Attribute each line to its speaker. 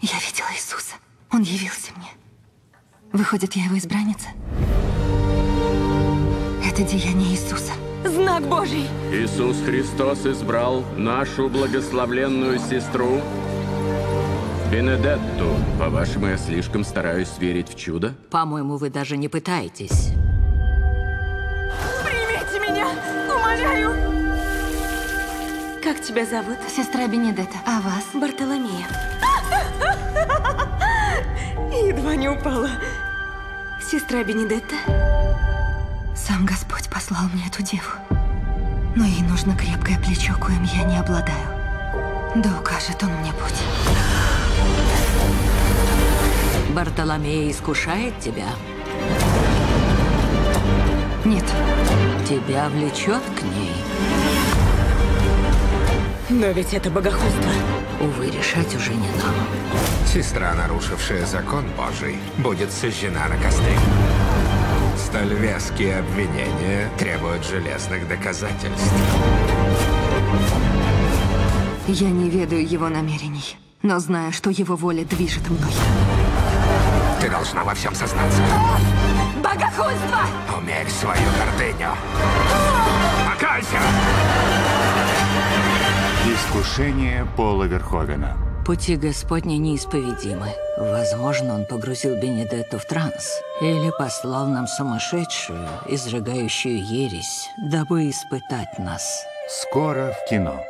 Speaker 1: Я видела Иисуса. Он явился мне. Выходит, я его избранница? Это деяние Иисуса.
Speaker 2: Знак Божий.
Speaker 3: Иисус Христос избрал нашу благословленную сестру Бенедетту. По-вашему, я слишком стараюсь верить в чудо?
Speaker 4: По-моему, вы даже не пытаетесь.
Speaker 2: Примите меня, умоляю. Как тебя зовут?
Speaker 1: Сестра Бенедетта, а вас?
Speaker 2: Бартоломея. Едва не упала. Сестра Бенедетта?
Speaker 1: Сам Господь послал мне эту деву. Но ей нужно крепкое плечо, коим я не обладаю. Да укажет он мне путь.
Speaker 4: Бартоломей искушает тебя.
Speaker 1: Нет,
Speaker 4: Тебя влечет к ней.
Speaker 2: Но ведь это богохульство.
Speaker 4: Увы, решать уже не нам.
Speaker 5: Сестра, нарушившая закон Божий, будет сожжена на костре. Столь веские обвинения требуют железных доказательств.
Speaker 1: я не ведаю его намерений, но знаю, что его воля движет мной.
Speaker 5: Ты должна во всем сознаться.
Speaker 2: Богохульство!
Speaker 5: Умерь свою гордыню. Покайся!
Speaker 6: Искушение Пола Верховена.
Speaker 4: Пути Господни неисповедимы. Возможно, он погрузил Бенедетту в транс. Или послал нам сумасшедшую, изрыгающую ересь, дабы испытать нас.
Speaker 6: Скоро в кино.